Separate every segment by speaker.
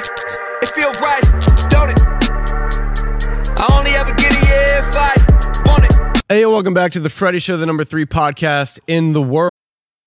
Speaker 1: It feel right, don't it? I only ever get it yeah, if I want it.
Speaker 2: Hey, welcome back to the Freddy Show, the number three podcast in the world.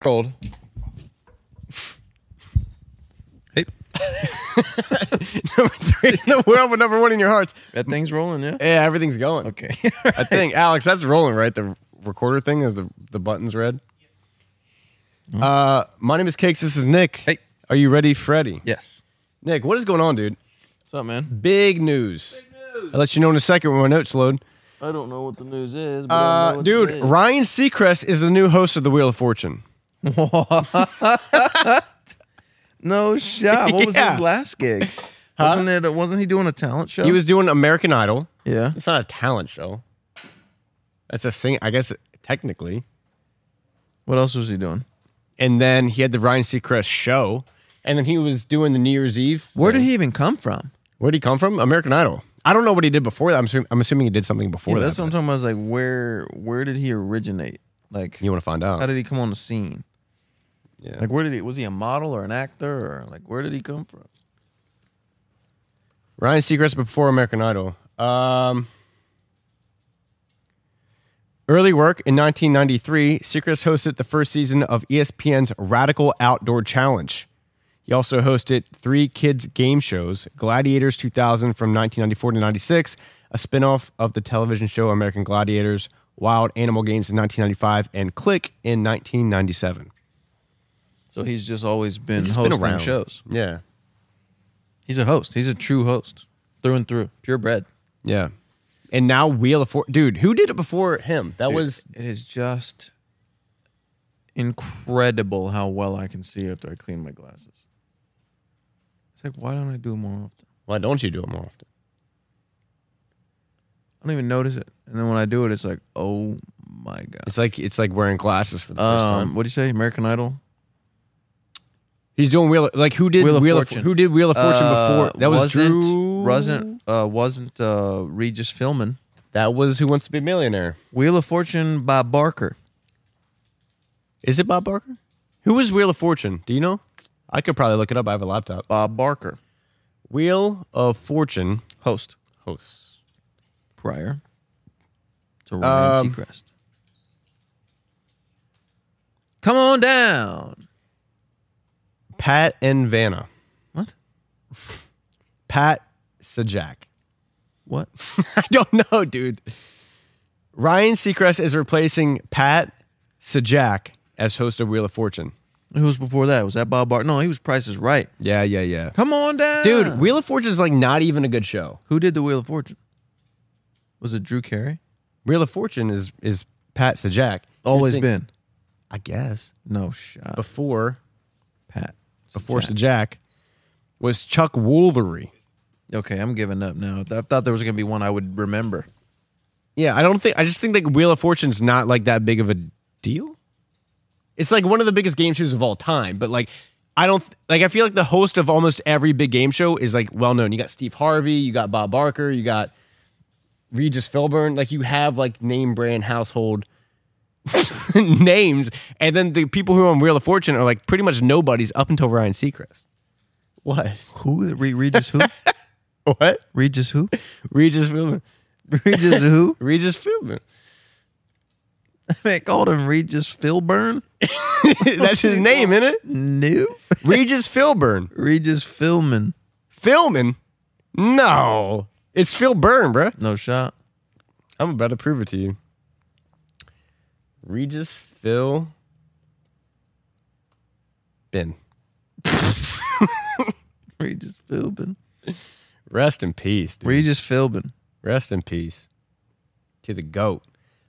Speaker 2: Cold.
Speaker 3: Hey,
Speaker 2: number three in the world, but number one in your hearts.
Speaker 3: that thing's rolling, yeah.
Speaker 2: Yeah, everything's going.
Speaker 3: Okay.
Speaker 2: I think Alex, that's rolling, right? The recorder thing, is the the button's red. Uh, my name is Cakes. This is Nick.
Speaker 3: Mm-hmm. Hey.
Speaker 2: are you ready, Freddy?
Speaker 3: yes.
Speaker 2: Nick, what is going on, dude?
Speaker 3: What's up, man?
Speaker 2: Big news. I'll let you know in a second when my notes load.
Speaker 3: I don't know what the news is, but
Speaker 2: Uh, dude, Ryan Seacrest is the new host of the Wheel of Fortune.
Speaker 3: no shot. What was
Speaker 2: Yeah.
Speaker 3: his last gig? Wasn't it? Wasn't he doing a talent show?
Speaker 2: He was doing American Idol.
Speaker 3: Yeah.
Speaker 2: It's not a talent show. That's a sing. I guess technically.
Speaker 3: What else was he doing?
Speaker 2: And then he had the Ryan Seacrest show. And then he was doing the New Year's Eve.
Speaker 3: Where did he even come from?
Speaker 2: Where did he come from? American Idol. I don't know what he did before that. I'm assuming, I'm assuming he did something before
Speaker 3: Yeah,
Speaker 2: that.
Speaker 3: that's what I'm
Speaker 2: but
Speaker 3: talking about. Is like where where did he originate? Like
Speaker 2: You want to find out?
Speaker 3: how did he come on the scene?
Speaker 2: Yeah.
Speaker 3: Like where did he? Was he a model or an actor or like where did he come from?
Speaker 2: Ryan Seacrest before American Idol. Um, early work in 1993, Seacrest hosted the first season of E ESPN's Radical Outdoor Challenge. He also hosted three kids' game shows Gladiators 2000 from 1994 to 96, a spinoff of the television show American Gladiators, Wild Animal Games in 1995, and Click in 1997.
Speaker 3: So he's just always been
Speaker 2: He's just been
Speaker 3: hosting
Speaker 2: around.
Speaker 3: shows.
Speaker 2: Yeah.
Speaker 3: He's a host. He's a true host, through and through, purebred.
Speaker 2: Yeah. And now Wheel of Fortune. Dude, who did it before him? That
Speaker 3: Dude,
Speaker 2: was
Speaker 3: it is just incredible how well I can see after I clean my glasses. It's like why don't I do it more often?
Speaker 2: Why don't you do it more often?
Speaker 3: I don't even notice it, and then when I do it, it's like oh my god.
Speaker 2: It's like it's like wearing glasses for the first
Speaker 3: Um,
Speaker 2: time.
Speaker 3: what do you say, American Idol?
Speaker 2: He's doing Wheel. Of, like who did Wheel,
Speaker 3: Wheel of
Speaker 2: of,
Speaker 3: Fortune.
Speaker 2: who did Wheel of Fortune
Speaker 3: Uh,
Speaker 2: before? That was
Speaker 3: wasn't,
Speaker 2: Drew.
Speaker 3: Wasn't uh, wasn't uh, Regis Philbin?
Speaker 2: that was Who Wants to Be a Millionaire?
Speaker 3: Wheel of Fortune by Barker.
Speaker 2: Is it Bob Barker? Who was Wheel of Fortune? Do you know? I could probably look it up. I have a laptop.
Speaker 3: Bob Barker,
Speaker 2: Wheel of Fortune
Speaker 3: host
Speaker 2: hosts.
Speaker 3: prior to Ryan
Speaker 2: Um,
Speaker 3: Seacrest. Come on down.
Speaker 2: Pat and Vanna.
Speaker 3: What?
Speaker 2: Pat Sajak.
Speaker 3: What?
Speaker 2: I don't know, dude. Ryan Seacrest is replacing Pat Sajak as host of Wheel of Fortune.
Speaker 3: Who was before that? Was that Bob Barker? No, he was Price is Right.
Speaker 2: Yeah, yeah, yeah.
Speaker 3: Come on down,
Speaker 2: Dude, Wheel of Fortune is like not even a good show.
Speaker 3: Who did the Wheel of Fortune? Was it Drew Carey?
Speaker 2: Wheel of Fortune is is Pat Sajak.
Speaker 3: Always
Speaker 2: You'd think-
Speaker 3: been.
Speaker 2: I guess.
Speaker 3: No shot.
Speaker 2: Before
Speaker 3: Pat.
Speaker 2: before Sajak was Chuck Woolery.
Speaker 3: Okay, I'm giving up now. I thought there was gonna be one I would remember.
Speaker 2: Yeah, I don't think I just think like Wheel of Fortune's not like that big of a deal. It's like one of the biggest game shows of all time, but like I don't th- like I feel like the host of almost every big game show is like well known. You got Steve Harvey, you got Bob Barker, you got Regis Philbin, like you have like name brand household names and then the people who are on Wheel of Fortune are like pretty much nobodies up until Ryan Seacrest. What?
Speaker 3: Who? Re- Regis who?
Speaker 2: What?
Speaker 3: Regis who?
Speaker 2: Regis Philbin.
Speaker 3: Regis who?
Speaker 2: Regis Philbin.
Speaker 3: Man, called him Regis Philburn.
Speaker 2: That's his name, isn't it?
Speaker 3: No.
Speaker 2: Regis Philburn.
Speaker 3: Regis Philman.
Speaker 2: Filming? No. It's Phil Byrne, bruh.
Speaker 3: No shot.
Speaker 2: I'm about to prove it to you. Regis Phil Ben.
Speaker 3: Regis Philbin.
Speaker 2: Rest in peace, dude.
Speaker 3: Regis Philbin.
Speaker 2: Rest in peace to the goat.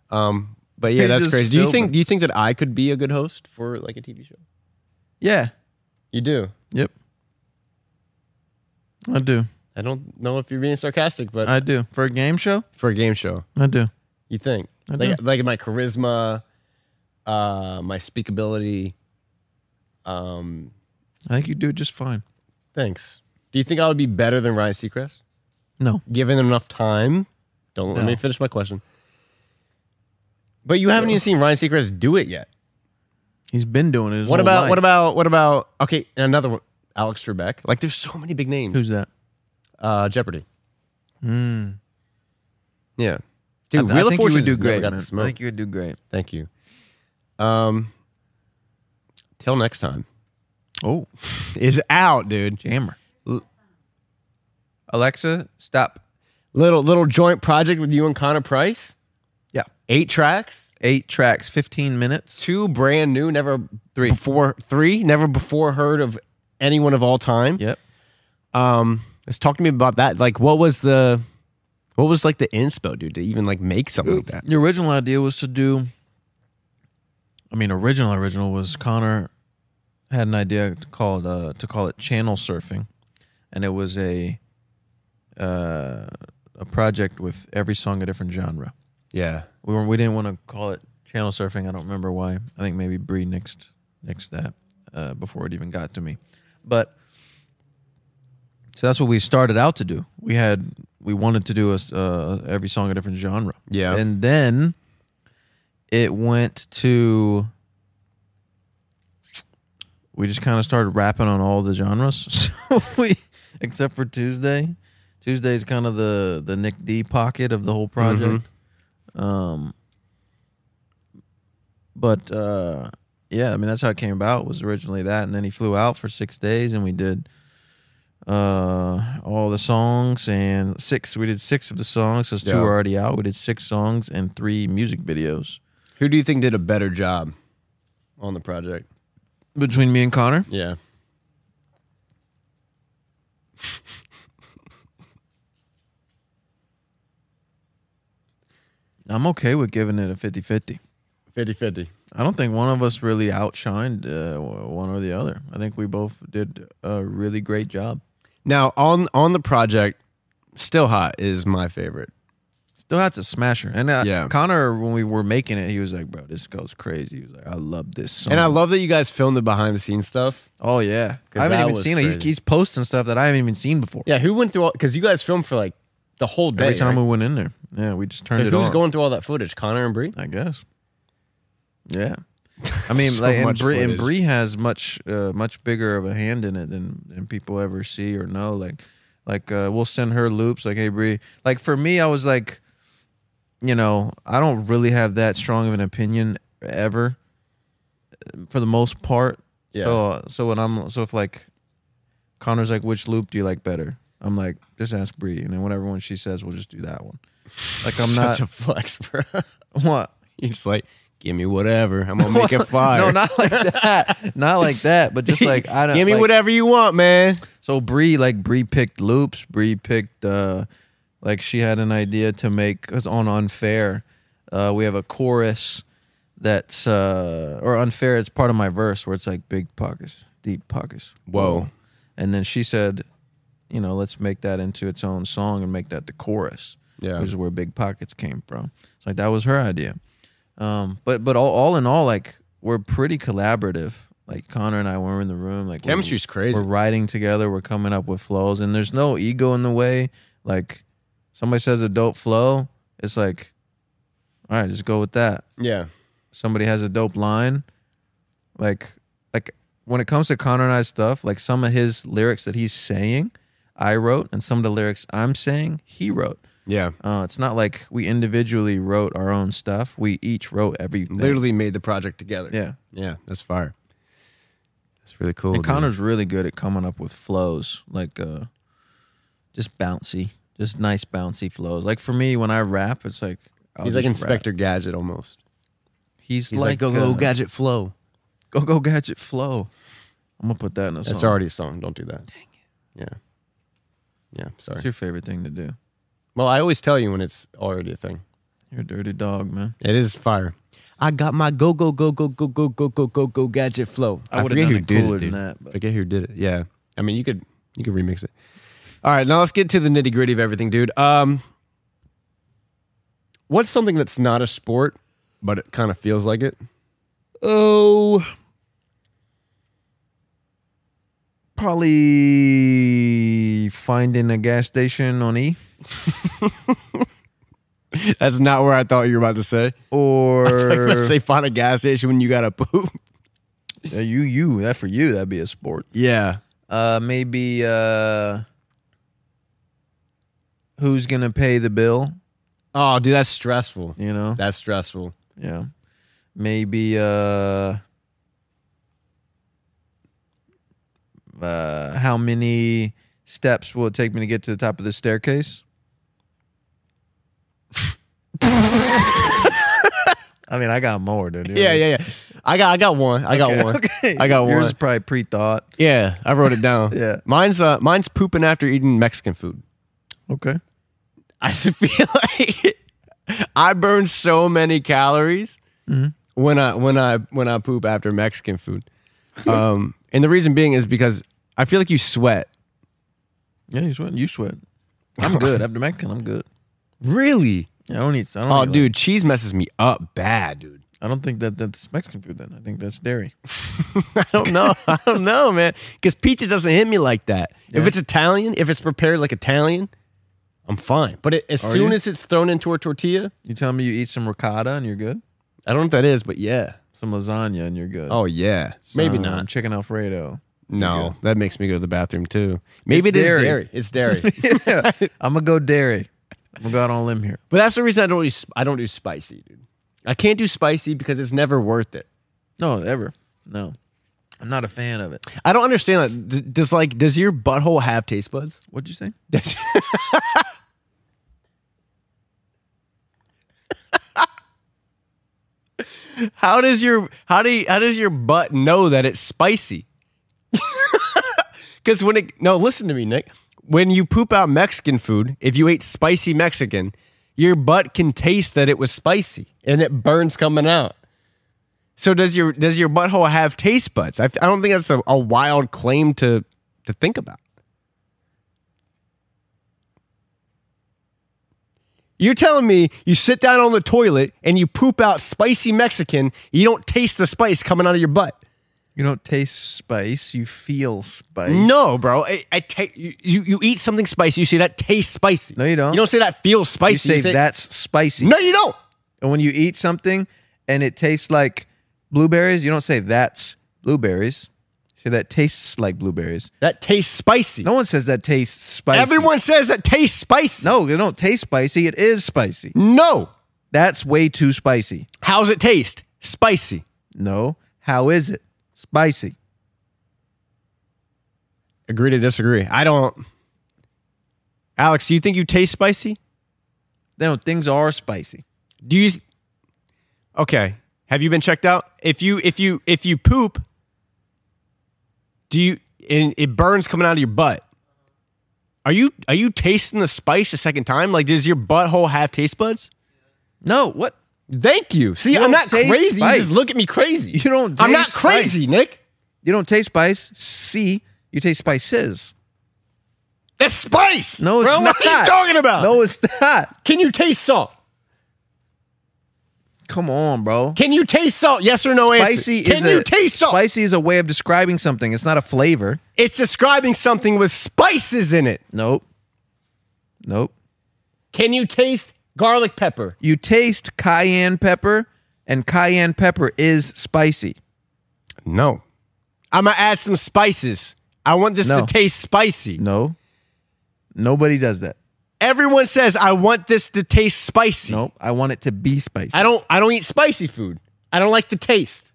Speaker 2: Um, but yeah, that's
Speaker 3: Regis
Speaker 2: crazy. Do you think
Speaker 3: Philbin.
Speaker 2: do you think that I could be a good host for like a TV show?
Speaker 3: Yeah.
Speaker 2: You do.
Speaker 3: Yep. I do.
Speaker 2: I don't know if you're being sarcastic, but
Speaker 3: I do for a game show.
Speaker 2: for a game show,
Speaker 3: I do.
Speaker 2: you think
Speaker 3: I
Speaker 2: like
Speaker 3: do.
Speaker 2: like my charisma, uh, my speakability. Um,
Speaker 3: I think you do just fine.
Speaker 2: thanks. Do you think I would be better than Ryan Seacrest?
Speaker 3: No,
Speaker 2: Given enough time, don't let
Speaker 3: No.
Speaker 2: me finish my question. But you haven't even seen Ryan Seacrest do it yet.
Speaker 3: he's been doing it. His
Speaker 2: What
Speaker 3: whole
Speaker 2: about what
Speaker 3: life.
Speaker 2: about what about? Okay, another one. Alex Trebek. Like, there's so many big names.
Speaker 3: who's that?
Speaker 2: uh, Jeopardy. Yeah,
Speaker 3: I,
Speaker 2: dude.
Speaker 3: th- I
Speaker 2: Wheel of
Speaker 3: think you
Speaker 2: Fortune
Speaker 3: would do
Speaker 2: has never
Speaker 3: great.
Speaker 2: got
Speaker 3: man.
Speaker 2: the
Speaker 3: I
Speaker 2: smoke.
Speaker 3: think you would do great.
Speaker 2: Thank you. Um, till next time
Speaker 3: Oh,
Speaker 2: is out, dude.
Speaker 3: jammer. Alexa, stop.
Speaker 2: Little little joint project with you and Connor Price.
Speaker 3: Yeah,
Speaker 2: Eight tracks,
Speaker 3: eight tracks, fifteen minutes.
Speaker 2: two brand new, never three before three, never before heard of anyone of all time.
Speaker 3: Yep.
Speaker 2: Um, let's talk to me about that. Like, what was the, what was like the inspo, dude, to even like make something like that?
Speaker 3: The original idea was to do. I mean, original original was Connor had an idea called uh, to call it channel surfing, and it was a uh, a project with every song a different genre.
Speaker 2: Yeah,
Speaker 3: We were we didn't want to call it channel surfing. I don't remember why. I think maybe Bree nixed nixed that uh, before it even got to me. But so that's what we started out to do. We had we wanted to do a, s- uh, every song a different genre.
Speaker 2: Yeah.
Speaker 3: and then it went to. We just kind of started rapping on all the genres, so we, except for Tuesday. Tuesday is kind of the the Nick D pocket of the whole project. Um, but uh, yeah, I mean that's how it came about. Was originally that, and then he flew out for six days, and we did uh all the songs and six. We did six of the songs. Cause two
Speaker 2: Yeah.
Speaker 3: were already out. We did six songs and three music videos
Speaker 2: who do you think did a better job on the project?
Speaker 3: between me and Connor.
Speaker 2: Yeah.
Speaker 3: I'm okay with giving it a 50-50.
Speaker 2: 50 50.
Speaker 3: I don't think one of us really outshined uh, one or the other. I think we both did a really great job.
Speaker 2: Now on on the project, still hot is my favorite.
Speaker 3: Still, that's a smasher. And uh,
Speaker 2: Yeah.
Speaker 3: Connor, when we were making it, he was like, "Bro, this goes crazy." He was like, "I love this song."
Speaker 2: And I love that you guys filmed the behind the scenes stuff.
Speaker 3: Oh yeah,
Speaker 2: 'Cause
Speaker 3: I haven't
Speaker 2: that
Speaker 3: even
Speaker 2: was
Speaker 3: seen it. He's,
Speaker 2: crazy.
Speaker 3: he's posting stuff that I haven't even seen before.
Speaker 2: Yeah, who went through all because you guys filmed for like the whole day.
Speaker 3: Every time
Speaker 2: right?
Speaker 3: we went in there, yeah, we just turned
Speaker 2: So
Speaker 3: it
Speaker 2: who's
Speaker 3: on.
Speaker 2: going through all that footage? Connor and Bree?
Speaker 3: I guess. Yeah. I mean,
Speaker 2: So
Speaker 3: like, and
Speaker 2: much
Speaker 3: Brie, and
Speaker 2: footage.
Speaker 3: Brie has much, uh, much bigger of a hand in it than, than people ever see or know. Like, like uh, we'll send her loops. Like, hey, Brie. Like for me, I was like, you know, I don't really have that strong of an opinion ever, uh, for the most part.
Speaker 2: Yeah.
Speaker 3: So, so when I'm, so if like, Connor's like, which loop do you like better? I'm like, just ask Brie, and then whatever one she says, we'll just do that one. Like I'm
Speaker 2: Such
Speaker 3: not
Speaker 2: a flex, bro.
Speaker 3: what.
Speaker 2: You're just like, give me whatever. I'm gonna make it fire.
Speaker 3: No, not like that. not like that. But just like I don't.
Speaker 2: Give me
Speaker 3: like-
Speaker 2: whatever you want, man.
Speaker 3: So Bree, like Bree picked loops. Bree picked, uh, like she had an idea to make cause on unfair. Uh, we have a chorus that's uh, or unfair. It's part of my verse where it's like big pockets, deep pockets.
Speaker 2: Whoa.
Speaker 3: And then she said, you know, let's make that into its own song and make that the chorus.
Speaker 2: Yeah.
Speaker 3: Which is where Big Pockets came from. It's like that was her idea. Um, but but all, all in all, like we're pretty collaborative. Like Connor and I were in the room, like we're-
Speaker 2: Chemistry's crazy.
Speaker 3: We're writing together, we're coming up with flows, and there's no ego in the way. Like somebody says a dope flow, it's like, all right, just go with that
Speaker 2: Yeah.
Speaker 3: somebody has a dope line, like like when it comes to Connor and I stuff, like some of his lyrics that he's saying, I wrote, and some of the lyrics I'm saying, he wrote.
Speaker 2: Yeah.
Speaker 3: Uh, it's not like we individually wrote our own stuff. We each wrote everything.
Speaker 2: Literally made the project together.
Speaker 3: yeah.
Speaker 2: Yeah. That's fire. That's really cool.
Speaker 3: And
Speaker 2: dude.
Speaker 3: Connor's really good at coming up with flows, like uh, just bouncy, just nice bouncy flows. Like for me, when I rap, it's like I'll
Speaker 2: He's like
Speaker 3: just rap.
Speaker 2: Inspector Gadget almost.
Speaker 3: He's,
Speaker 2: He's
Speaker 3: like,
Speaker 2: like, go go
Speaker 3: uh,
Speaker 2: gadget flow.
Speaker 3: go go gadget flow. I'm gonna put that in a
Speaker 2: That's
Speaker 3: song.
Speaker 2: already a song. Don't do that. Dang it. Yeah. Yeah. Sorry.
Speaker 3: What's your favorite thing to do?
Speaker 2: Well, I always tell you when it's already a thing.
Speaker 3: You're a dirty dog, man.
Speaker 2: It is fire. I got my go go go go go go go go go go gadget flow.
Speaker 3: I would've
Speaker 2: forget
Speaker 3: done
Speaker 2: who
Speaker 3: it
Speaker 2: did
Speaker 3: cooler
Speaker 2: it,
Speaker 3: than
Speaker 2: dude.
Speaker 3: that, but-
Speaker 2: Forget who did it. Yeah. I mean, you could you could remix it. All right, now let's get to the nitty gritty of everything, dude. Um, what's something that's not a sport, but it kind of feels like it?
Speaker 3: Oh, probably finding a gas station on E
Speaker 2: That's not where I thought you were about to say. Like,
Speaker 3: or
Speaker 2: let's say find a gas station when you gotta poop.
Speaker 3: Uh, you you that for you that'd be a sport.
Speaker 2: Yeah.
Speaker 3: Uh, maybe uh, who's gonna pay the bill?
Speaker 2: Oh, dude, that's stressful.
Speaker 3: You know,
Speaker 2: That's stressful.
Speaker 3: yeah. Maybe uh, uh, how many steps will it take me to get to the top of the staircase? I mean, I got more, dude.
Speaker 2: Yeah, yeah, yeah. I got, I got one. I got one. I got
Speaker 3: Yours
Speaker 2: one.
Speaker 3: is probably pre-thought.
Speaker 2: Yeah, I wrote it down.
Speaker 3: Yeah.
Speaker 2: mine's uh, mine's pooping after eating Mexican food.
Speaker 3: Okay.
Speaker 2: I feel like I burn so many calories when I when I when I poop after Mexican food. Um, and the reason being is because I feel like you sweat.
Speaker 3: Yeah, you sweat. You sweat. I'm good. After Mexican, I'm good.
Speaker 2: Really?
Speaker 3: I don't eat. I don't eat,
Speaker 2: Oh,
Speaker 3: like-
Speaker 2: dude, cheese messes me up bad, dude.
Speaker 3: I don't think that that's Mexican food. Then I think that's dairy.
Speaker 2: I don't know. I don't know, man. Because pizza doesn't hit me like that. If it's Italian, if it's prepared like Italian, I'm fine. But it, as
Speaker 3: Are
Speaker 2: soon
Speaker 3: you?
Speaker 2: as it's thrown into a tortilla,
Speaker 3: You tell me you eat some ricotta and you're good.
Speaker 2: I don't know if that is, but yeah.
Speaker 3: Some lasagna and you're good.
Speaker 2: Oh yeah, maybe
Speaker 3: Some
Speaker 2: not.
Speaker 3: Chicken Alfredo.
Speaker 2: No, that makes me go to the bathroom too. Maybe it
Speaker 3: It's
Speaker 2: is dairy.
Speaker 3: dairy.
Speaker 2: It's dairy.
Speaker 3: yeah, I'm gonna go dairy. I'm gonna go out on a limb here.
Speaker 2: but that's the reason I don't. Really, sp- I don't do spicy, dude. I can't do spicy because it's never worth it.
Speaker 3: No, ever. No, I'm not a fan of it.
Speaker 2: I don't understand that. D- Does like does your butthole have taste buds?
Speaker 3: What'd you say?
Speaker 2: Does- how does your how do you, how does your butt know that it's spicy? Because when it no, listen to me, Nick. When you poop out Mexican food, if you ate spicy Mexican, your butt can taste that it was spicy and it burns coming out. So does your does your butthole have taste buds? I, I don't think that's a, a wild claim to to think about. You're telling me you sit down on the toilet and you poop out spicy Mexican, you don't taste the spice coming out of your butt.
Speaker 3: You don't taste spice. You feel spice.
Speaker 2: No, bro. I, I ta- you, you you eat something spicy, you say that tastes spicy.
Speaker 3: No, you don't.
Speaker 2: You don't say that feels spicy.
Speaker 3: You say that's spicy.
Speaker 2: No, you don't.
Speaker 3: And when you eat something and it tastes like blueberries, you don't say that's blueberries. You say that tastes like blueberries.
Speaker 2: That tastes spicy.
Speaker 3: No one says that tastes spicy.
Speaker 2: Everyone says that tastes spicy.
Speaker 3: No, it don't taste spicy. It is spicy.
Speaker 2: No.
Speaker 3: That's way too spicy.
Speaker 2: How's it taste? Spicy.
Speaker 3: No. How is it? Spicy.
Speaker 2: Agree to disagree. I don't. Alex, do you think you taste spicy?
Speaker 3: No, things are spicy.
Speaker 2: Do you? Okay. Have you been checked out? If you if you if you poop, do you and it burns coming out of your butt? Are you are you tasting the spice a second time? Like, does your butthole have taste buds?
Speaker 3: No, what?
Speaker 2: Thank you. See,
Speaker 3: You
Speaker 2: I'm
Speaker 3: don't
Speaker 2: not
Speaker 3: taste
Speaker 2: crazy. You
Speaker 3: spice.
Speaker 2: just look at me crazy.
Speaker 3: You don't
Speaker 2: I'm not
Speaker 3: taste
Speaker 2: crazy,
Speaker 3: spice.
Speaker 2: Nick.
Speaker 3: You don't taste spice. See, you taste spices.
Speaker 2: That's spice.
Speaker 3: No, it's
Speaker 2: Bro,
Speaker 3: not.
Speaker 2: What are you talking about?
Speaker 3: No, it's not.
Speaker 2: Can you taste salt?
Speaker 3: Come on, bro.
Speaker 2: Can you taste salt? Yes or no
Speaker 3: spicy
Speaker 2: answer. Can
Speaker 3: is
Speaker 2: you
Speaker 3: a,
Speaker 2: taste salt?
Speaker 3: Spicy is a way of describing something. It's not a flavor.
Speaker 2: It's describing something with spices in it.
Speaker 3: Nope. Nope.
Speaker 2: Can you taste garlic pepper?
Speaker 3: You taste cayenne pepper, and cayenne pepper is spicy.
Speaker 2: No. I'm gonna add some spices. I want this to
Speaker 3: No.
Speaker 2: taste spicy.
Speaker 3: No. Nobody does that.
Speaker 2: Everyone says I want this to taste spicy.
Speaker 3: Nope. I want it to be spicy.
Speaker 2: I don't I don't eat spicy food. I don't like the taste.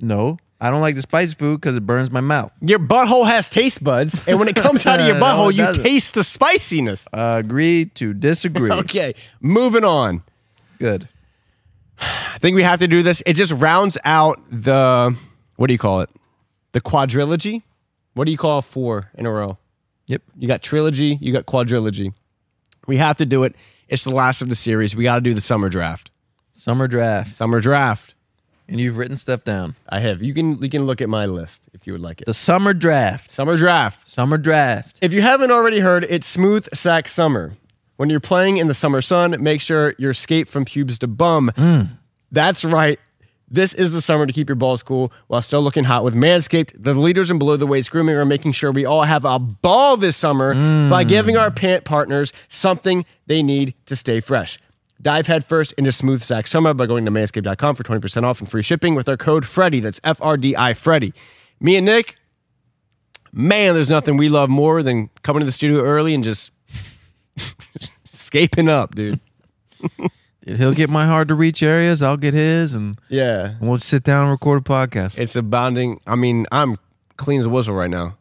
Speaker 3: No, I don't like the spicy food because it burns my mouth.
Speaker 2: Your butthole has taste buds, and when it comes out of your
Speaker 3: No, it
Speaker 2: butthole, you
Speaker 3: doesn't.
Speaker 2: taste the spiciness.
Speaker 3: agree to disagree.
Speaker 2: Okay, moving on.
Speaker 3: Good.
Speaker 2: I think we have to do this. It just rounds out the what do you call it? The quadrilogy? What do you call four in a row?
Speaker 3: Yep.
Speaker 2: You got trilogy, you got quadrilogy. We have to do it. It's the last of the series. We got to do the summer draft.
Speaker 3: Summer draft.
Speaker 2: Summer draft.
Speaker 3: and you've written stuff down.
Speaker 2: I have. You can you can look at my list if you would like it.
Speaker 3: The summer draft.
Speaker 2: Summer draft.
Speaker 3: Summer draft.
Speaker 2: If you haven't already heard, it's smooth sack summer. When you're playing in the summer sun, make sure you're escaped from pubes to bum. That's right. This is the summer to keep your balls cool while still looking hot with Manscaped. The leaders in below the waist grooming are making sure we all have a ball this summer by giving our pant partners something they need to stay fresh. Dive headfirst into smooth sack summer by going to manscaped.com for 20% off and free shipping with our code Freddy. That's F R D I Freddy. Me and Nick, man, there's nothing we love more than coming to the studio early and just escaping up, dude.
Speaker 3: He'll get my hard to reach areas. I'll get his, and
Speaker 2: Yeah.
Speaker 3: we'll sit down and record a podcast.
Speaker 2: It's a bonding. I mean, I'm clean as a whistle right now.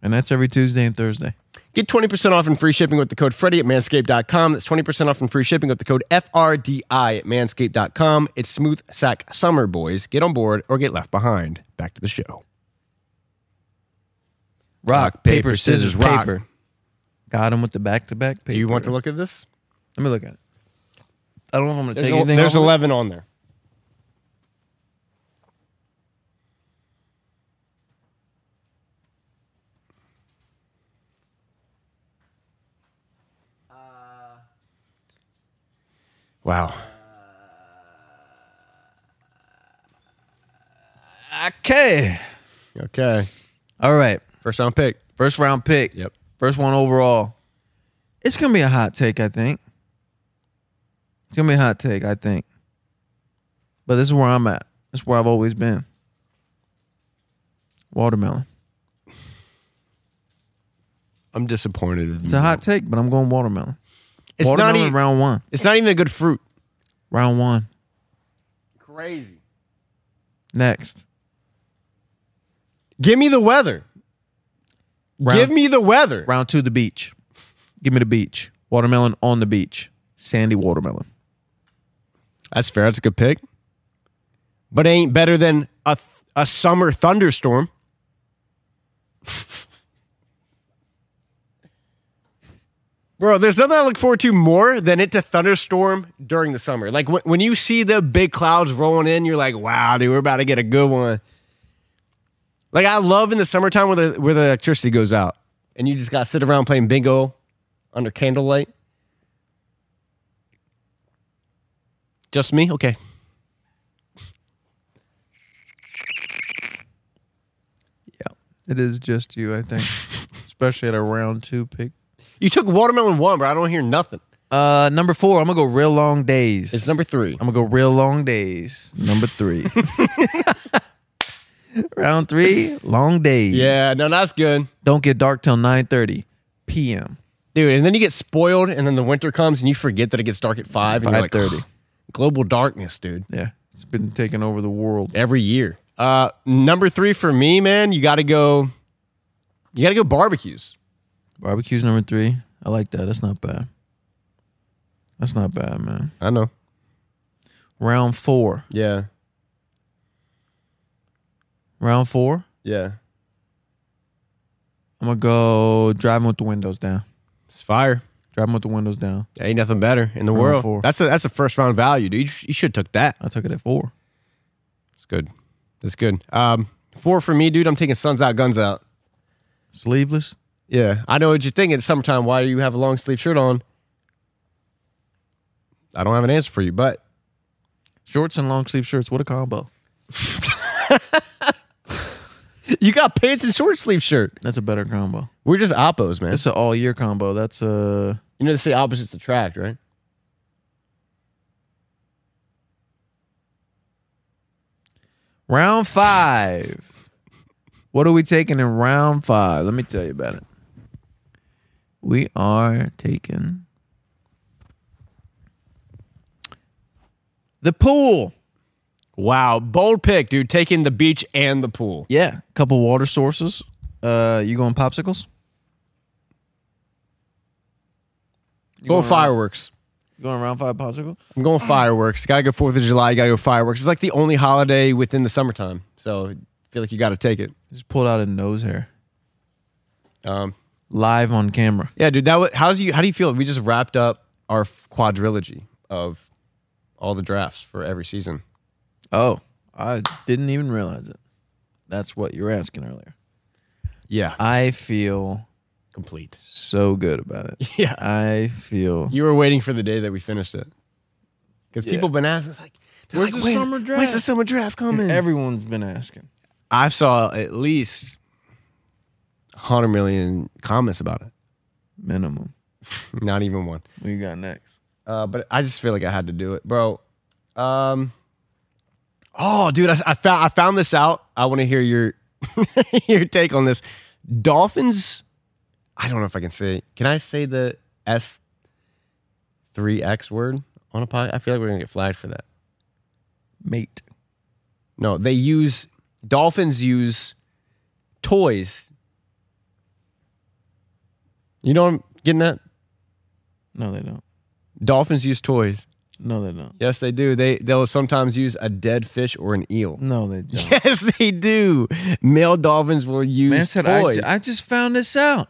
Speaker 3: And that's every Tuesday and Thursday.
Speaker 2: Get 20% off and free shipping with the code Freddy at manscaped.com. That's 20% off and free shipping with the code FRDI at manscaped.com. It's smooth sack summer, boys. Get on board or get left behind. Back to the show.
Speaker 3: Rock, paper, scissors,
Speaker 2: rock.
Speaker 3: paper. Got him with the back to back paper.
Speaker 2: Do you want to look at this?
Speaker 3: Let me look at it. I don't know if I'm gonna
Speaker 2: There's,
Speaker 3: take
Speaker 2: el-
Speaker 3: anything.
Speaker 2: there's
Speaker 3: off of it.
Speaker 2: 11 on there. Uh, Wow.
Speaker 3: Okay.
Speaker 2: Okay.
Speaker 3: All right.
Speaker 2: First round pick.
Speaker 3: First round pick.
Speaker 2: Yep.
Speaker 3: First one overall. It's gonna be a hot take, I think. It's gonna be a hot take, I think. But this is where I'm at. This is where I've always been. Watermelon.
Speaker 2: I'm disappointed. in
Speaker 3: It's
Speaker 2: you.
Speaker 3: a hot take, but I'm going watermelon.
Speaker 2: It's not e-
Speaker 3: watermelon
Speaker 2: even.
Speaker 3: round one.
Speaker 2: It's not even a good fruit.
Speaker 3: Round one.
Speaker 2: Crazy.
Speaker 3: Next.
Speaker 2: Give me the weather.
Speaker 3: Round,
Speaker 2: Give me the weather.
Speaker 3: round two, the beach. Give me the beach. Watermelon on the beach. Sandy watermelon.
Speaker 2: That's fair. That's a good pick. But it ain't better than a th- a summer thunderstorm. Bro, there's nothing I look forward to more than it to thunderstorm during the summer. Like when, when you see the big clouds rolling in, you're like, wow, dude, we're about to get a good one. Like I love in the summertime where the where the electricity goes out and you just gotta sit around playing bingo under candlelight. Just me? Okay.
Speaker 3: Yeah. It is just you, I think. Especially at a round two pick.
Speaker 2: You took watermelon one, bro. I don't hear nothing.
Speaker 3: Uh, number four, I'm gonna go real long days.
Speaker 2: It's number three.
Speaker 3: I'm gonna go real long days. Number three. Round three, long days.
Speaker 2: Yeah, no, that's good.
Speaker 3: Don't get dark till 9:30 p.m.
Speaker 2: Dude, and then you get spoiled, and then the winter comes, and you forget that it gets dark at 5. and you're like,
Speaker 3: 5:30.
Speaker 2: global darkness, dude.
Speaker 3: Yeah, it's been taking over the world.
Speaker 2: Every year. Uh, number three for me, man, you got to go. You got to go barbecues.
Speaker 3: Barbecue's number three. I like that. That's not bad. That's not bad, man.
Speaker 2: I know.
Speaker 3: Round four.
Speaker 2: Yeah.
Speaker 3: Round four.
Speaker 2: Yeah.
Speaker 3: I'm gonna go driving with the windows down.
Speaker 2: It's fire.
Speaker 3: Driving with the windows down.
Speaker 2: Ain't nothing better in the
Speaker 3: Round
Speaker 2: world.
Speaker 3: four.
Speaker 2: That's a that's a first round value, dude. You, sh- you should have took that.
Speaker 3: I took it at four.
Speaker 2: It's good. That's good. Um, four for me, dude. I'm taking suns out, guns out.
Speaker 3: Sleeveless.
Speaker 2: Yeah, I know what you're thinking. Summertime, why do you have a long sleeve shirt on? I don't have an answer for you, but
Speaker 3: Shorts and long sleeve shirts. What a combo.
Speaker 2: you got pants and short sleeve shirt.
Speaker 3: That's a better combo.
Speaker 2: We're just oppos, man.
Speaker 3: It's an all year combo. That's a
Speaker 2: You know they say opposites attract, right?
Speaker 3: round five. what are we taking in round five? Let me tell you about it. We are taking the pool.
Speaker 2: Wow, bold pick, dude. Taking the beach and the pool.
Speaker 3: Yeah, couple water sources. Uh, you going popsicles?
Speaker 2: Go
Speaker 3: You going round-
Speaker 2: fireworks.
Speaker 3: You going round five popsicle?
Speaker 2: I'm going fireworks. Got to go Fourth of July. You got to go fireworks. It's like the only holiday within the summertime, so I feel like you got to take it.
Speaker 3: Just pulled out a nose hair
Speaker 2: Um,
Speaker 3: live on camera.
Speaker 2: yeah, dude. That was, how's you? How do you feel? We just wrapped up our quadrilogy of all the drafts for every season.
Speaker 3: Oh, I didn't even realize it. That's what you were asking earlier.
Speaker 2: Yeah,
Speaker 3: I feel
Speaker 2: complete.
Speaker 3: so good about it.
Speaker 2: Yeah.
Speaker 3: I feel.
Speaker 2: You were waiting for the day that we finished it because
Speaker 3: Yeah.
Speaker 2: people been asking like, they're
Speaker 3: Where's
Speaker 2: like,
Speaker 3: the
Speaker 2: "When-
Speaker 3: summer
Speaker 2: Where's
Speaker 3: draft?"
Speaker 2: the summer draft coming?
Speaker 3: Everyone's been asking.
Speaker 2: I saw at least hundred million comments about it.
Speaker 3: Minimum.
Speaker 2: Not even one.
Speaker 3: What you got next?
Speaker 2: Uh, but I just feel like I had to do it, bro. Um, oh, dude, I, I found I found this out. I want to hear your your take on this. Dolphins. I don't know if I can say. Can I say the S three X word on a podcast? I feel like we're gonna get flagged for that.
Speaker 3: Mate.
Speaker 2: No, they use dolphins use toys. You know what I'm getting at?
Speaker 3: No, they don't.
Speaker 2: Dolphins use toys.
Speaker 3: No, they don't.
Speaker 2: Yes, they do. They they'll sometimes use a dead fish or an eel.
Speaker 3: No, they don't.
Speaker 2: Yes, they do. Male dolphins will use
Speaker 3: Man said, I,
Speaker 2: toys.
Speaker 3: ju- I just found this out.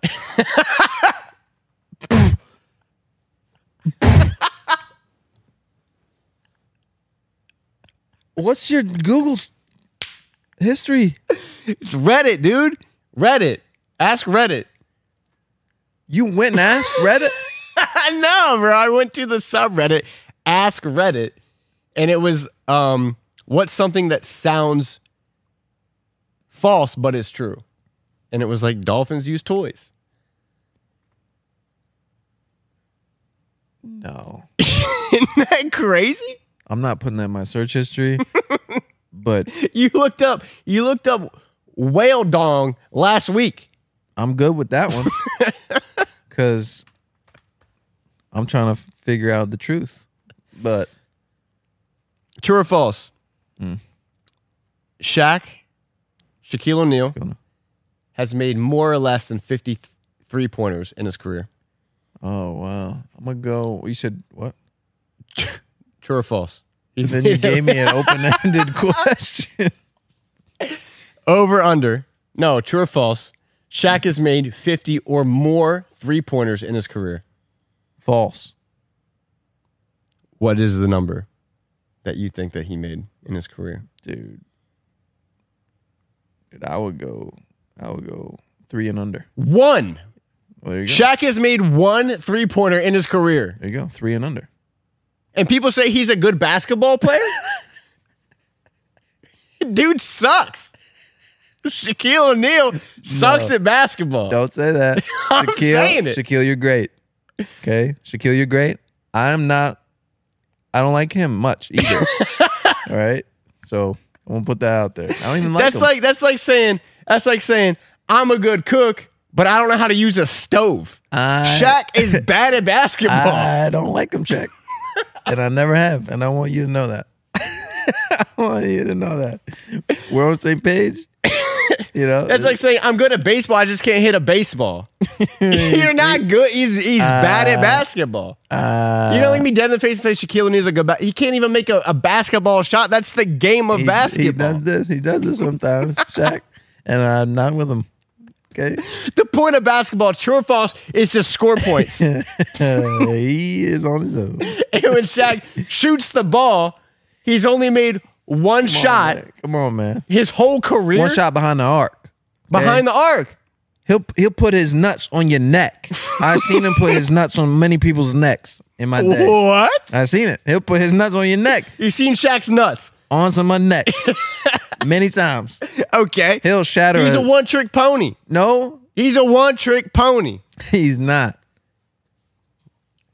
Speaker 3: What's your Google s- history?
Speaker 2: it's Reddit, dude. Reddit. Ask Reddit.
Speaker 3: You went and asked Reddit?
Speaker 2: I know, bro. I went to the subreddit, ask Reddit, and it was um, what's something that sounds false but is true, and it was like dolphins use toys.
Speaker 3: No.
Speaker 2: Isn't that crazy?
Speaker 3: I'm not putting that in my search history, but
Speaker 2: You looked up, you looked up whale dong last week.
Speaker 3: I'm good with that one because I'm trying to figure out the truth. But
Speaker 2: True or false?
Speaker 3: Hmm.
Speaker 2: Shaq, Shaquille O'Neal
Speaker 3: gonna-
Speaker 2: has made more or less than fifty three pointers in his career.
Speaker 3: oh wow, I'm gonna go. You said what?
Speaker 2: True or false? He's
Speaker 3: Then you
Speaker 2: made-
Speaker 3: gave me an open-ended question.
Speaker 2: Over under. No, true or false. Shaq has made 50 or more three pointers in his career.
Speaker 3: False.
Speaker 2: What is the number that you think that he made in his career?
Speaker 3: dude. Dude, I would go. I would go three and under.
Speaker 2: One.
Speaker 3: Well, there you go.
Speaker 2: Shaq has made one three pointer in his career.
Speaker 3: there you go. Three and under.
Speaker 2: And people say he's a good basketball player? Dude sucks. Shaquille O'Neal sucks at basketball.
Speaker 3: Don't say that.
Speaker 2: I'm saying it.
Speaker 3: Shaquille, you're great. Okay, Shaquille, you're great. I'm not. I don't like him much either. All right, so I won't put that out there. I don't even like.
Speaker 2: that's
Speaker 3: him.
Speaker 2: like that's like saying that's like saying I'm a good cook, but I don't know how to use a stove.
Speaker 3: I,
Speaker 2: Shaq is bad at basketball.
Speaker 3: I don't like him, Shaq, and I never have, and I want you to know that. I want you to know that we're on the same page. You know,
Speaker 2: That's like saying I'm good at baseball. I just can't hit a baseball. You're not good. He's he's bad
Speaker 3: Uh,
Speaker 2: at basketball. You're gonna look me dead in the face and say Shaquille O'Neal's a good. Ba- he can't even make a, a basketball shot. That's the game of
Speaker 3: He-
Speaker 2: basketball.
Speaker 3: He does this. He does this sometimes, Shaq, and I'm not with him. Okay,
Speaker 2: the point of basketball, true or false, is to score points. and
Speaker 3: Uh, he is on his own.
Speaker 2: when Shaq shoots the ball, he's only made one shot
Speaker 3: Come on, man.
Speaker 2: his whole career
Speaker 3: One shot behind the arc.
Speaker 2: behind the arc.
Speaker 3: He'll he'll put his nuts on your neck. I've seen him put his nuts on many people's necks in my day.
Speaker 2: What?
Speaker 3: I've seen it. He'll put his nuts on your neck,
Speaker 2: You've seen Shaq's nuts.
Speaker 3: on someone's neck, many times.
Speaker 2: Okay.
Speaker 3: He'll shatter.
Speaker 2: He's a
Speaker 3: a-
Speaker 2: one trick pony.
Speaker 3: no,
Speaker 2: He's a one trick pony.
Speaker 3: he's not.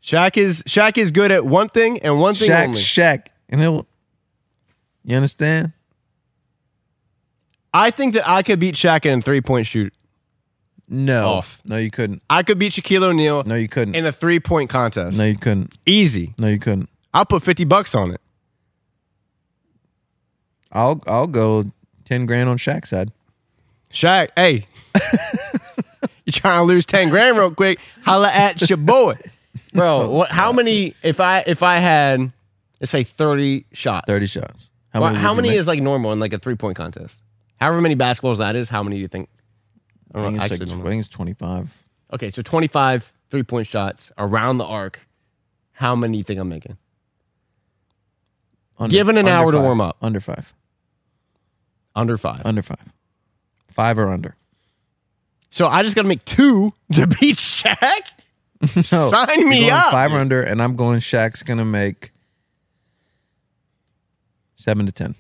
Speaker 2: Shaq is Shaq is good at one thing and one thing
Speaker 3: Shaq,
Speaker 2: only.
Speaker 3: Shaq, and he'll. You understand?
Speaker 2: I think that I could beat Shaq in a three point shoot.
Speaker 3: No,
Speaker 2: Off.
Speaker 3: no, you couldn't.
Speaker 2: I could beat Shaquille O'Neal
Speaker 3: No, you couldn't.
Speaker 2: in a three point contest.
Speaker 3: No, you couldn't.
Speaker 2: Easy.
Speaker 3: No, you couldn't.
Speaker 2: I'll put fifty bucks on it.
Speaker 3: I'll I'll go ten grand on Shaq's side.
Speaker 2: Shaq, hey, you trying to lose ten grand real quick? Holla at your boy, bro.
Speaker 3: Oh,
Speaker 2: What? How many? If I if I had, let's say thirty shots.
Speaker 3: Thirty shots.
Speaker 2: Well, How many,
Speaker 3: would you make?
Speaker 2: is like normal in like a three point contest? However many basketballs that is, how many do you think? I don't
Speaker 3: I
Speaker 2: know.
Speaker 3: think it's,
Speaker 2: Actually,
Speaker 3: like,
Speaker 2: don't
Speaker 3: tw-
Speaker 2: know.
Speaker 3: I think it's twenty five.
Speaker 2: Okay, so 25 three point shots around the arc. How many you think I'm making? Given an hour to warm up.
Speaker 3: Under five.
Speaker 2: Under five.
Speaker 3: Under five. Five or under.
Speaker 2: So I just got to make two to beat Shaq? Sign
Speaker 3: you're
Speaker 2: me
Speaker 3: going
Speaker 2: up.
Speaker 3: Five or under, and I'm going Shaq's gonna make seven to ten.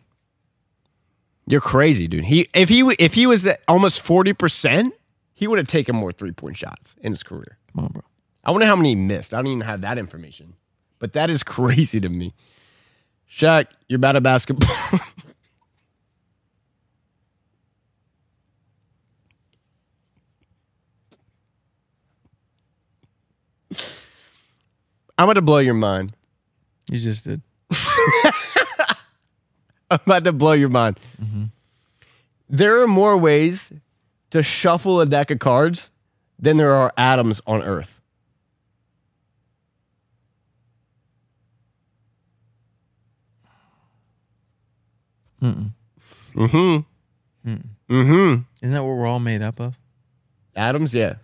Speaker 2: You're crazy, dude. He if he w- if he was at almost 40%, he would have taken more three-point shots in his career.
Speaker 3: Come on, bro.
Speaker 2: I wonder how many he missed. I don't even have that information. But that is crazy to me. Shaq, you're bad at basketball. I'm about to blow your mind.
Speaker 3: You just did.
Speaker 2: I'm about to blow your mind.
Speaker 3: Mm-hmm.
Speaker 2: There are more ways to shuffle a deck of cards than there are atoms on Earth.
Speaker 3: Isn't that what we're all made up of?
Speaker 2: Atoms, yeah.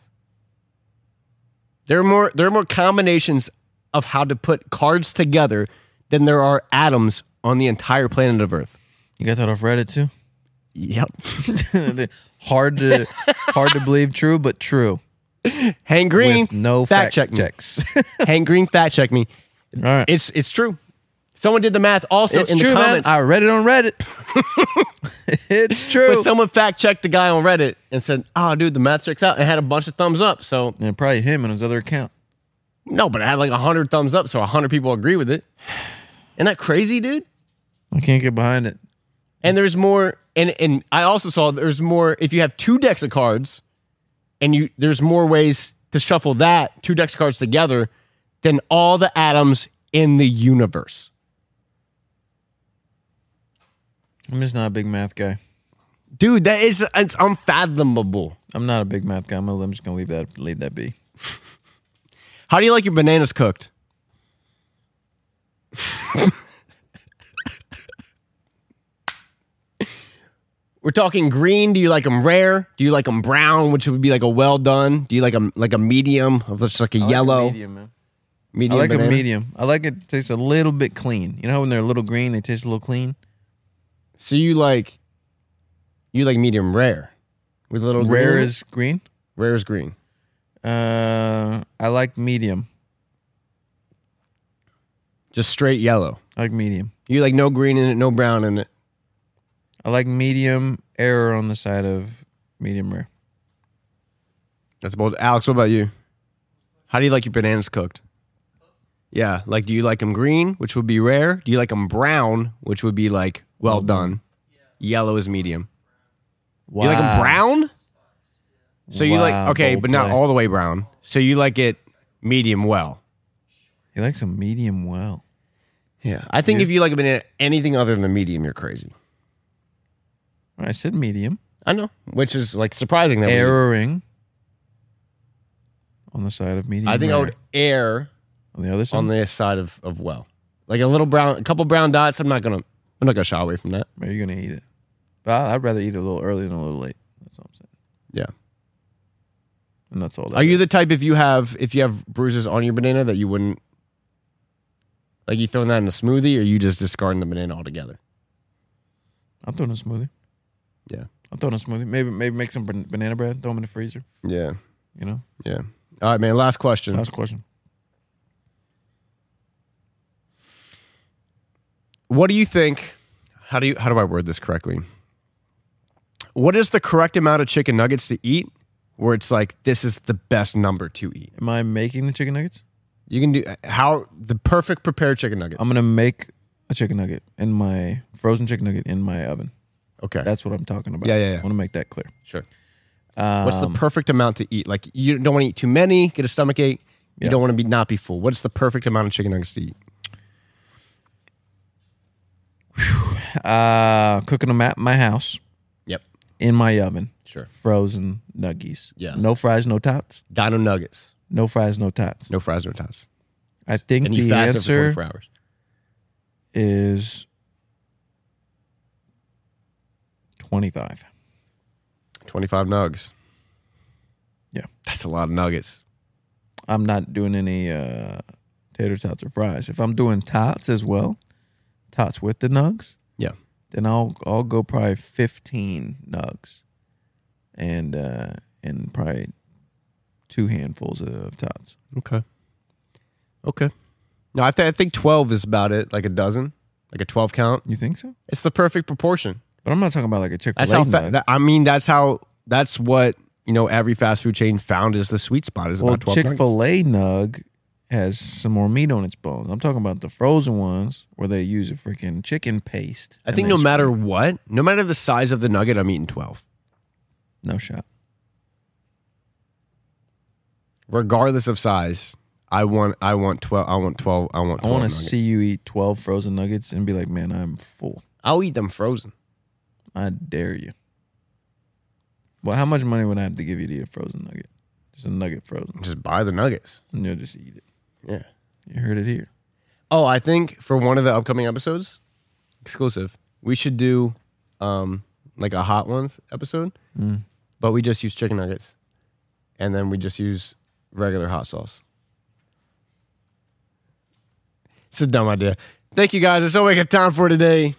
Speaker 2: There are more there are more combinations of how to put cards together than there are atoms on the entire planet of Earth.
Speaker 3: You got that off Reddit too?
Speaker 2: Yep.
Speaker 3: hard to hard to believe true, but true.
Speaker 2: Hank Green,
Speaker 3: With no
Speaker 2: fact
Speaker 3: fact,
Speaker 2: check me.
Speaker 3: checks.
Speaker 2: Hank Green, fact check me.
Speaker 3: all right.
Speaker 2: It's it's true. Someone did the math also
Speaker 3: It's
Speaker 2: in
Speaker 3: true,
Speaker 2: the
Speaker 3: man.
Speaker 2: comments.
Speaker 3: I read it on Reddit. it's true.
Speaker 2: But someone fact checked the guy on Reddit and said, "Oh, dude, the math checks out." And had a bunch of thumbs up. So
Speaker 3: yeah, probably him and his other account.
Speaker 2: no, but it had like hundred thumbs up. So hundred people agree with it. Isn't that crazy, dude?
Speaker 3: I can't get behind it.
Speaker 2: And there's more. And and I also saw there's more. If you have two decks of cards, and you there's more ways to shuffle that two decks of cards together than all the atoms in the universe.
Speaker 3: I'm just not a big math guy.
Speaker 2: Dude, that is it's unfathomable.
Speaker 3: I'm not a big math guy. I'm, gonna, I'm just gonna leave that leave that be.
Speaker 2: How do you like your bananas cooked? We're talking green. Do you like them rare? Do you like them brown, which would be like a well done? Do you like them like a medium of just like a
Speaker 3: I like a
Speaker 2: yellow
Speaker 3: medium, man. I
Speaker 2: medium
Speaker 3: like
Speaker 2: banana?
Speaker 3: a medium. I like it tastes a little bit clean. You know how when they're a little green, they taste a little clean.
Speaker 2: So you like you like medium rare with a little
Speaker 3: Rare
Speaker 2: green?
Speaker 3: is green.
Speaker 2: rare is green.
Speaker 3: Uh, I like medium.
Speaker 2: Just straight yellow.
Speaker 3: I like medium.
Speaker 2: You like no green in it, no brown in it.
Speaker 3: I like medium error on the side of medium rare.
Speaker 2: That's bold. Alex, what about you? How do you like your bananas cooked? Yeah, like do you like them green, which would be rare? Do you like them brown, which would be like well done? Yellow is medium.
Speaker 3: Wow.
Speaker 2: You like them brown? So you like
Speaker 3: Wow,
Speaker 2: okay,
Speaker 3: bold
Speaker 2: but not
Speaker 3: play.
Speaker 2: all the way brown. So you like it medium well.
Speaker 3: He likes them medium well.
Speaker 2: Yeah, I think if you like a banana anything other than medium, you're crazy.
Speaker 3: I said medium.
Speaker 2: I know, which is like surprising that we-
Speaker 3: Erroring on the side of medium.
Speaker 2: I think I
Speaker 3: rare.
Speaker 2: would err
Speaker 3: on the other side.
Speaker 2: on the side of, of well, like a little brown, a couple brown dots. I'm not gonna, I'm not gonna shy away from that.
Speaker 3: Are you gonna eat it? But I- I'd rather eat it a little early than a little late. That's all I'm saying.
Speaker 2: Yeah.
Speaker 3: And that's all. That
Speaker 2: Are
Speaker 3: is.
Speaker 2: you the type if you have if you have bruises on your banana that you wouldn't like you throwing that in a smoothie or you just discarding the banana altogether?
Speaker 3: I'm throwing a smoothie.
Speaker 2: Yeah.
Speaker 3: I'm throwing a smoothie. Maybe maybe make some ban- banana bread. Throw them in the freezer.
Speaker 2: Yeah.
Speaker 3: You know.
Speaker 2: Yeah. All right, man. Last question.
Speaker 3: Last question.
Speaker 2: What do you think? How do you how do I word this correctly? What is the correct amount of chicken nuggets to eat where it's like this is the best number to eat?
Speaker 3: Am I making the chicken nuggets?
Speaker 2: You can do how the perfect prepared chicken nuggets.
Speaker 3: I'm gonna make a chicken nugget in my frozen chicken nugget in my oven.
Speaker 2: okay.
Speaker 3: That's what I'm talking about.
Speaker 2: Yeah, yeah, yeah.
Speaker 3: I want to make that clear.
Speaker 2: Sure. What's the perfect amount to eat? Like you don't want to eat too many, get a stomach ache. You
Speaker 3: Yeah.
Speaker 2: don't want to be not be full. What's the perfect amount of chicken nuggets to eat?
Speaker 3: Uh, cooking them at my house
Speaker 2: Yep.
Speaker 3: in my oven.
Speaker 2: Sure.
Speaker 3: Frozen nuggies.
Speaker 2: Yeah.
Speaker 3: No fries, no tots.
Speaker 2: Dino nuggets.
Speaker 3: No fries, no tots.
Speaker 2: No fries, no tots.
Speaker 3: I think
Speaker 2: And you
Speaker 3: the
Speaker 2: fast it for
Speaker 3: answer
Speaker 2: 24 hours.
Speaker 3: is 25.
Speaker 2: 25 nugs.
Speaker 3: Yeah.
Speaker 2: That's a lot of nuggets.
Speaker 3: I'm not doing any uh, tater tots or fries. If I'm doing tots as well, tots with the nugs,
Speaker 2: Yeah.
Speaker 3: then I'll I'll go probably fifteen nugs, and uh, and probably two handfuls of, tots.
Speaker 2: Okay. Okay. No, I, th- I think 12 is about it, like a dozen, like a 12 count.
Speaker 3: You think so?
Speaker 2: It's the perfect proportion.
Speaker 3: But I'm not talking about like a Chick Fil A
Speaker 2: That's how, fa-
Speaker 3: nug.
Speaker 2: that, I mean, that's how, that's what, you know, every fast food chain found is the sweet spot is
Speaker 3: well,
Speaker 2: about 12 nuggets.
Speaker 3: Chick Fil A nug has some more meat on its bones. I'm talking about the frozen ones where they use a freaking chicken paste.
Speaker 2: I
Speaker 3: and
Speaker 2: think
Speaker 3: they
Speaker 2: no matter
Speaker 3: spread-
Speaker 2: what, no matter the size of the nugget, I'm eating 12.
Speaker 3: no shot.
Speaker 2: Regardless of size, I want, I want 12, I want 12, I want
Speaker 3: I
Speaker 2: 12
Speaker 3: want to
Speaker 2: nuggets.
Speaker 3: see you eat 12 frozen nuggets and be like, man, I'm full.
Speaker 2: I'll eat them frozen.
Speaker 3: I dare you. Well, how much money would I have to give you to eat a frozen nugget? Just a nugget frozen.
Speaker 2: Just buy the nuggets.
Speaker 3: And you'll just eat it.
Speaker 2: Yeah.
Speaker 3: You heard it here.
Speaker 2: Oh, I think for one of the upcoming episodes, exclusive, we should do um like a hot ones episode,
Speaker 3: Mm.
Speaker 2: but we just use chicken nuggets, and then we just use regular hot sauce. It's a dumb idea. Thank you guys. That's all we got time for today.